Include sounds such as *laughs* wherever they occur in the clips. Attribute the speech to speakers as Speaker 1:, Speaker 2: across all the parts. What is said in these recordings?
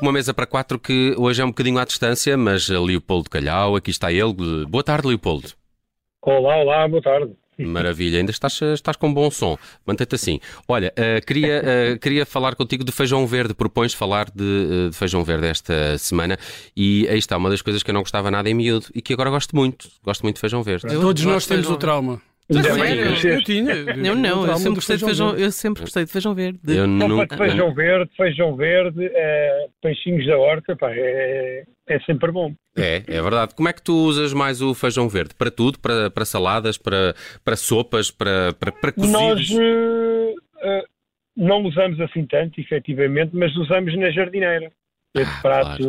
Speaker 1: uma mesa para quatro que hoje é um bocadinho à distância, mas eh, Leopoldo Calhau, aqui está ele. Boa tarde, Leopoldo.
Speaker 2: Olá, olá, boa tarde.
Speaker 1: Maravilha, ainda estás, eh, estás com bom som. Mantém-te assim. Olha, eh,
Speaker 2: *laughs*
Speaker 1: queria, eh, queria falar contigo de feijão verde. Propões falar de, eh, de feijão verde esta semana e aí está uma das coisas que eu não gostava nada em miúdo e que agora gosto muito. Gosto muito de feijão verde.
Speaker 3: Todos nós temos o trauma.
Speaker 2: Ainda bem que
Speaker 4: sério?
Speaker 2: vocês-
Speaker 3: um- Eu tinha.
Speaker 4: Eu não, eu sempre gostei de
Speaker 3: um-
Speaker 4: feijão, eu sempre gostei de feijão verde.
Speaker 1: Eu
Speaker 2: Sopa
Speaker 1: nunca.
Speaker 2: de feijão verde, feijão verde, eh, peixinhos da horta, pá, é, é sempre bom.
Speaker 1: É, é verdade. Como é que tu usas mais o feijão verde? Para tudo? Para, para saladas? Para, para sopas? Para, para, para
Speaker 2: Nós
Speaker 1: cozidos?
Speaker 2: eh, eh, não usamos assim tanto, efetivamente, mas usamos na jardineira. Esse
Speaker 1: Ah,
Speaker 2: prato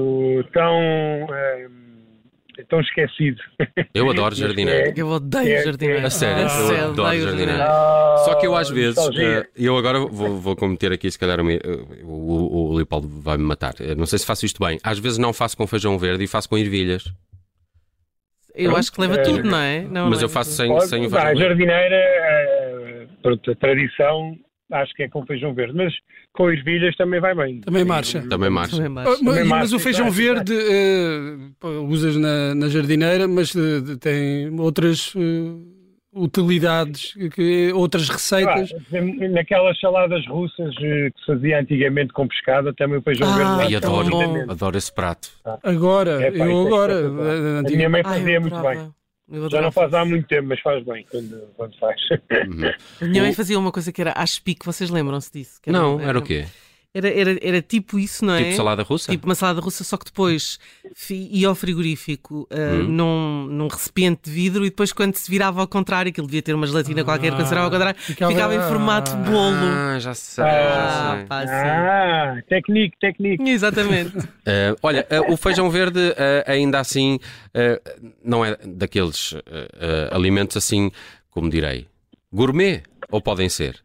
Speaker 2: tão, eh, tão esquecido.
Speaker 1: Eu adoro jardineira.
Speaker 4: Eu odeio
Speaker 2: É,
Speaker 4: jardineira.
Speaker 2: é.
Speaker 1: A sério,
Speaker 3: Ah,
Speaker 1: eu adoro jardineira. Só que eu
Speaker 2: Ah,
Speaker 1: às vezes,
Speaker 2: Nostalgia.
Speaker 1: eh, eu agora vou, vou cometer aqui, se calhar o, me- eh, o, o- o Leopoldo vai me matar. Eh, Não sei se faço isto bem. Às vezes não faço com feijão verde e faço com ervilhas.
Speaker 4: Eu acho que leva
Speaker 2: É.
Speaker 4: tudo, não é? Não,
Speaker 1: mas
Speaker 4: leva
Speaker 1: eu faço
Speaker 4: tudo.
Speaker 1: sem,
Speaker 2: Olha,
Speaker 1: sem o feijão
Speaker 2: pá, a
Speaker 1: verde.
Speaker 2: jardineira, eh, pronto, a tradição, acho que é com feijão verde, mas com ervilhas também vai bem.
Speaker 3: Também marcha.
Speaker 1: Também
Speaker 4: Também
Speaker 1: marcha.
Speaker 3: Ah,
Speaker 4: marcha.
Speaker 3: mas-
Speaker 2: Também
Speaker 3: Mas
Speaker 2: marcha,
Speaker 3: o feijão
Speaker 2: exato,
Speaker 3: verde eh, pá, usas na, na jardineira, mas eh, de- tem outras eh, utilidades, que- outras receitas.
Speaker 2: Ah, naquelas saladas russas eh, que se fazia antigamente com pescada, também o feijão
Speaker 4: Ah,
Speaker 2: verde lá
Speaker 1: Ai,
Speaker 4: tão
Speaker 2: estava
Speaker 1: adoro,
Speaker 4: bom.
Speaker 2: perfeitamente.
Speaker 1: adoro esse prato.
Speaker 3: Agora,
Speaker 2: É, pá, isso
Speaker 3: eu
Speaker 2: é
Speaker 3: agora,
Speaker 2: espetacular.
Speaker 3: eh,
Speaker 2: A
Speaker 3: antigo-
Speaker 2: minha mãe
Speaker 4: Ai, eu
Speaker 2: fazia muito
Speaker 4: adorava.
Speaker 2: bem.
Speaker 4: Eu
Speaker 2: Já
Speaker 4: adorava.
Speaker 2: não faz há muito tempo, mas faz bem quando, quando faz.
Speaker 4: A minha mãe fazia uma coisa que era às pique, vocês lembram-se disso? Que
Speaker 1: Não, era o quê?
Speaker 4: Era, era, era tipo isso, não é?
Speaker 1: Tipo salada russa?
Speaker 4: Tipo uma salada russa, só que depois fi- ia ao frigorífico ah, num, num recipiente de vidro e depois, quando se virava ao contrário, aquilo devia ter uma gelatina qualquer, quando se virava ao contrário,
Speaker 3: ficava-
Speaker 4: ficava, em formato de bolo.
Speaker 1: Ah, já sei, já
Speaker 4: Ah,
Speaker 1: sei.
Speaker 4: pá, sim.
Speaker 2: ah, técnico, técnico.
Speaker 4: Exatamente.
Speaker 1: Eh, olha, eh, o feijão verde eh, ainda assim eh, não é daqueles eh, eh, alimentos assim, como direi, gourmet? Ou podem ser?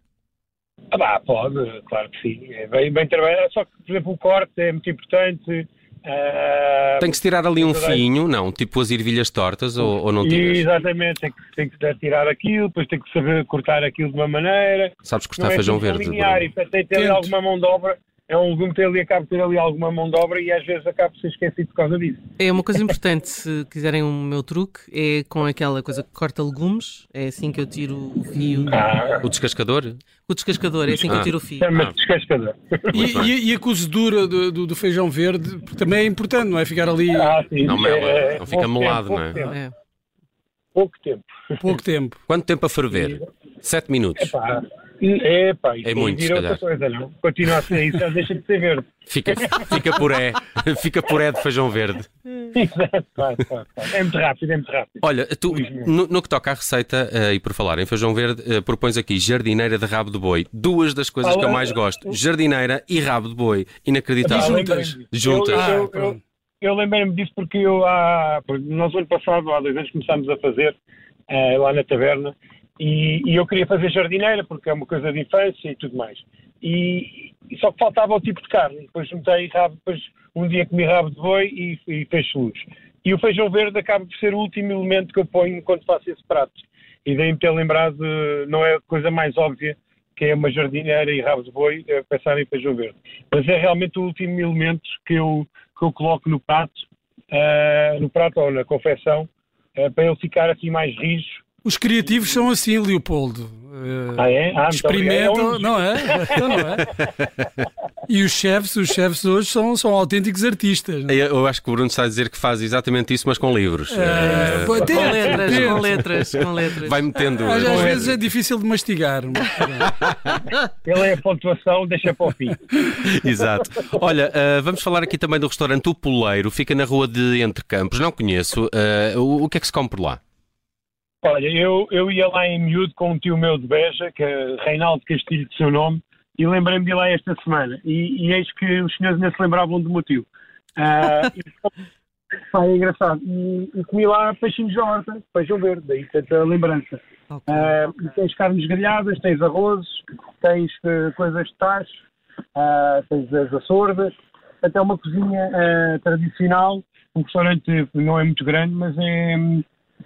Speaker 2: Ah, pá, pode, claro que sim. É bem, bem trabalhado, só que, por exemplo, o corte é muito importante. ah,
Speaker 1: Tem que se tirar ali um
Speaker 2: Verdade.
Speaker 1: fiinho, não? Tipo as ervilhas tortas ou, ou não tiras?
Speaker 2: Exatamente, tem que, tem que saber tirar aquilo, depois tem que saber cortar aquilo de uma maneira.
Speaker 1: Sabes
Speaker 2: Não
Speaker 1: cortar
Speaker 2: é
Speaker 1: feijão
Speaker 2: tudo
Speaker 1: verde.
Speaker 2: linear, e
Speaker 1: Bruno.
Speaker 2: portanto tem que ter ali
Speaker 3: Tento.
Speaker 2: alguma mão de obra. É um legume que tem ali, acaba de ter ali alguma mão de obra e às vezes acaba por ser esquecido por causa disso.
Speaker 4: É uma coisa importante, se quiserem o meu truque, é com aquela coisa que corta legumes, é assim que eu tiro o fio.
Speaker 2: Ah,
Speaker 1: O descascador?
Speaker 4: O descascador, é assim que
Speaker 1: Ah.
Speaker 4: eu tiro o fio.
Speaker 2: chama-se descascador. *laughs*
Speaker 3: E, e- e a cozedura do, do- do feijão verde também é importante, não é? Ficar ali
Speaker 2: Ah, sim.
Speaker 1: Não mela,
Speaker 2: é,
Speaker 1: não fica
Speaker 2: pouco
Speaker 1: molado,
Speaker 2: tempo,
Speaker 1: não é?
Speaker 2: pouco tempo, Pouco
Speaker 4: É.
Speaker 2: tempo.
Speaker 3: pouco tempo.
Speaker 1: Quanto tempo a ferver? Sete minutos.
Speaker 2: Pá, é, pá,
Speaker 1: É
Speaker 2: isso
Speaker 1: muito, se
Speaker 2: vira outra coisa, não? Continua a ser isso, já deixa de ser verde. *laughs*
Speaker 1: Fica, fica puré. *laughs* Fica puré de feijão verde.
Speaker 2: Exato, claro, claro, claro. É muito rápido, é muito rápido.
Speaker 1: Olha, tu,
Speaker 2: Pois não.
Speaker 1: no, no que toca à receita, eh, e por falar em feijão verde, eh, propões aqui jardineira de rabo de boi. Duas das coisas que eu mais gosto. Jardineira e rabo de boi.
Speaker 3: E
Speaker 1: Inacreditável.
Speaker 2: Eu
Speaker 3: juntas?
Speaker 2: lembrei-me disso.
Speaker 1: Juntas.
Speaker 2: Eu- eu-
Speaker 3: Ah, pronto.
Speaker 2: Eu lembrei-me disso porque eu há, porque nós ano passado, há dois anos, começámos a fazer eh, lá na taberna e, e eu queria fazer jardineira porque é uma coisa de infância e tudo mais. E, e só que faltava o tipo de carne. Depois juntei rabo, depois um dia comi rabo de boi e, e peixe luz. E o feijão verde acaba por ser o último elemento que eu ponho quando faço esse prato. E daí me ter lembrado, eh, não é a coisa mais óbvia, que é uma jardineira e rabo de boi, eh, pensar em feijão verde. Mas é realmente o último elemento que eu, que eu coloco no prato, eh, no prato ou na confecção, eh, para ele ficar assim mais rijo.
Speaker 3: Os criativos são assim, Leopoldo. Eh,
Speaker 2: Ah, é? Ah, muito obrigado. É um
Speaker 3: experimentam,
Speaker 2: dos-
Speaker 3: não é? *laughs* Então não é? E os chefes, os chefes hoje são, são autênticos artistas. não é?
Speaker 1: Eu, eu acho que o Bruno está a dizer que faz exatamente isso, mas com livros. Eh,
Speaker 3: Eh, pô,
Speaker 4: Com
Speaker 3: tente,
Speaker 4: letras,
Speaker 3: tente.
Speaker 4: com letras, com letras.
Speaker 1: vai metendo.
Speaker 3: Às, às
Speaker 1: eh,
Speaker 3: vezes é difícil de mastigar. é?
Speaker 2: *laughs* Ele é a pontuação, deixa para o fim.
Speaker 1: *laughs* Exato. Olha, ah, vamos falar aqui também do restaurante O Poleiro, fica na rua de Entre Campos, não conheço. Ah, o, o que é que se come por lá?
Speaker 2: Olha, eu, eu ia lá em miúdo com um tio meu de Beja, que é Reinaldo Castilho de seu nome, e lembrei-me de ir lá esta semana. E, e eis que os senhores ainda se lembravam do meu tio. Ah, e- pá, é engraçado. E, e comi lá peixinhos de horta, feijão verde, daí tanta lembrança.
Speaker 4: Ok.
Speaker 2: Ah, e tens carnes grelhadas, tens arrozes, tens eh, coisas de tacho, ah, tens as açordas. Até uma cozinha ah, tradicional, um restaurante não é muito grande, mas é,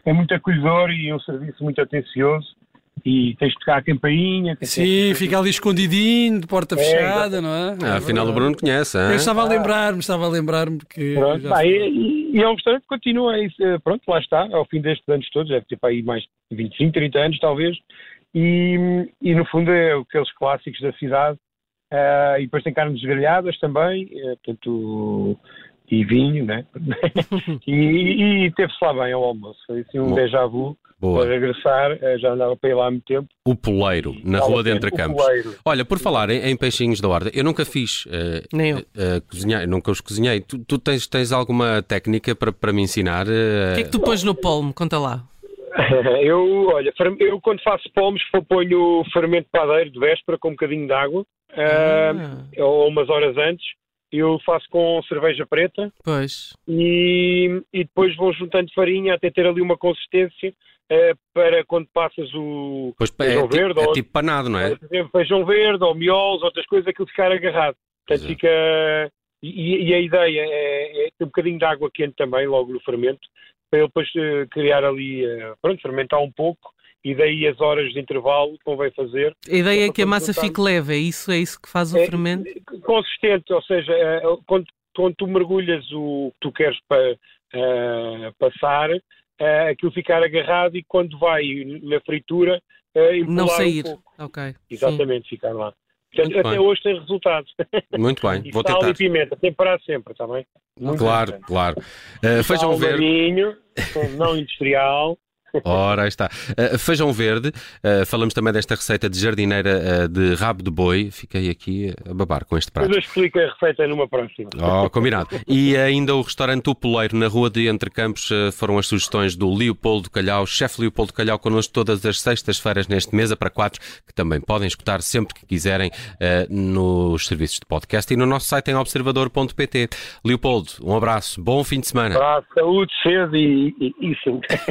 Speaker 2: é muito acolhedor e é um serviço muito atencioso. e tens de tocar a campainha. que
Speaker 3: Sim, fica ali escondidinho, de porta
Speaker 2: É,
Speaker 3: fechada, não é?
Speaker 1: Ah,
Speaker 3: É
Speaker 1: afinal, o
Speaker 3: verdade.
Speaker 1: Bruno conhece.
Speaker 3: Eu
Speaker 1: hã?
Speaker 3: estava a lembrar-me, estava a lembrar-me que.
Speaker 2: Pronto,
Speaker 3: já
Speaker 2: pá,
Speaker 3: foi.
Speaker 2: e, e- e é um restaurante que continua, isso, eh, pronto, lá está, ao fim destes anos todos, deve ter para aí mais de 25, 30 anos talvez, e, e no fundo é aqueles clássicos da cidade, ah, e depois tem carnes grelhadas também, eh, portanto, e
Speaker 1: *laughs*
Speaker 2: vinho, né? e, e teve-se lá bem ao almoço, foi assim um
Speaker 1: Bom.
Speaker 2: déjà vu, para
Speaker 1: Boa.
Speaker 2: regressar, eh, já andava para ir lá há muito tempo.
Speaker 1: O Poleiro, na
Speaker 2: Vale
Speaker 1: Rua
Speaker 2: a pena.
Speaker 1: de Entre
Speaker 2: O
Speaker 1: Campos.
Speaker 2: Poleiro.
Speaker 1: Olha, por falar em, em peixinhos da horta, eu nunca fiz eh,
Speaker 4: Nem eu.
Speaker 1: eh, cozinhar, nunca os cozinhei. Tu, tu tens, tens alguma técnica para, para me ensinar? eh,
Speaker 4: O que é que tu pões no polmo? Conta lá.
Speaker 2: *laughs* Eu, olha, fer- eu quando faço pomos fo- ponho fermento padeiro de véspera com um bocadinho de água, ah, ou umas horas antes. Eu faço com cerveja preta
Speaker 4: Pois.
Speaker 2: e, e depois vou juntando farinha até ter ali uma consistência eh, para quando passas o
Speaker 1: Pois, é,
Speaker 2: feijão
Speaker 1: ti-
Speaker 2: verde
Speaker 1: é
Speaker 2: ou
Speaker 1: tipo panado, não
Speaker 2: *laughs*
Speaker 1: é?
Speaker 2: por exemplo, feijão verde ou miolos, outras coisas, aquilo ficar agarrado. Portanto,
Speaker 1: Exato.
Speaker 2: fica. E, e a ideia é, é ter um bocadinho de água quente também, logo no fermento, para ele depois eh, criar ali, eh, pronto, fermentar um pouco, e daí as horas de intervalo convém fazer.
Speaker 4: A ideia é que a
Speaker 2: Para
Speaker 4: massa
Speaker 2: perguntar-me.
Speaker 4: fique leve, é isso? É isso que faz o
Speaker 2: É,
Speaker 4: fermento?
Speaker 2: Consistente, ou seja, eh, quando, quando tu mergulhas o que tu queres para eh, passar, eh, aquilo ficar agarrado e quando vai na fritura, eh, empolar
Speaker 4: Não
Speaker 2: um
Speaker 4: sair.
Speaker 2: pouco.
Speaker 4: Ok. Sim.
Speaker 2: Exatamente, ficar lá. Portanto,
Speaker 1: Muito
Speaker 2: até
Speaker 1: bem.
Speaker 2: hoje tem resultados.
Speaker 1: Muito bem,
Speaker 2: E
Speaker 1: vou
Speaker 2: sal
Speaker 1: tentar.
Speaker 2: e pimenta, temperar sempre, está bem? Muito
Speaker 1: Claro,
Speaker 2: importante.
Speaker 1: claro. Eh, feijão
Speaker 2: Sal
Speaker 1: verde,
Speaker 2: marinho,
Speaker 1: *laughs*
Speaker 2: não industrial.
Speaker 1: ora aí está. Eh, feijão verde, eh, falamos também desta receita de jardineira eh, de rabo de boi. Fiquei aqui a babar com este prato.
Speaker 2: Depois eu explico a receita numa próxima.
Speaker 1: Oh, combinado. E ainda o restaurante O Poleiro, na rua de Entre Campos, eh, foram as sugestões do Leopoldo Calhau, chefe Leopoldo Calhau, connosco todas as sextas-feiras neste Mesa para Quatro, que também podem escutar sempre que quiserem eh, nos serviços de podcast e no nosso site em observador.pt. Leopoldo, um É. abraço, bom fim de semana.
Speaker 2: Para a saúde, sede e, e, e saúde.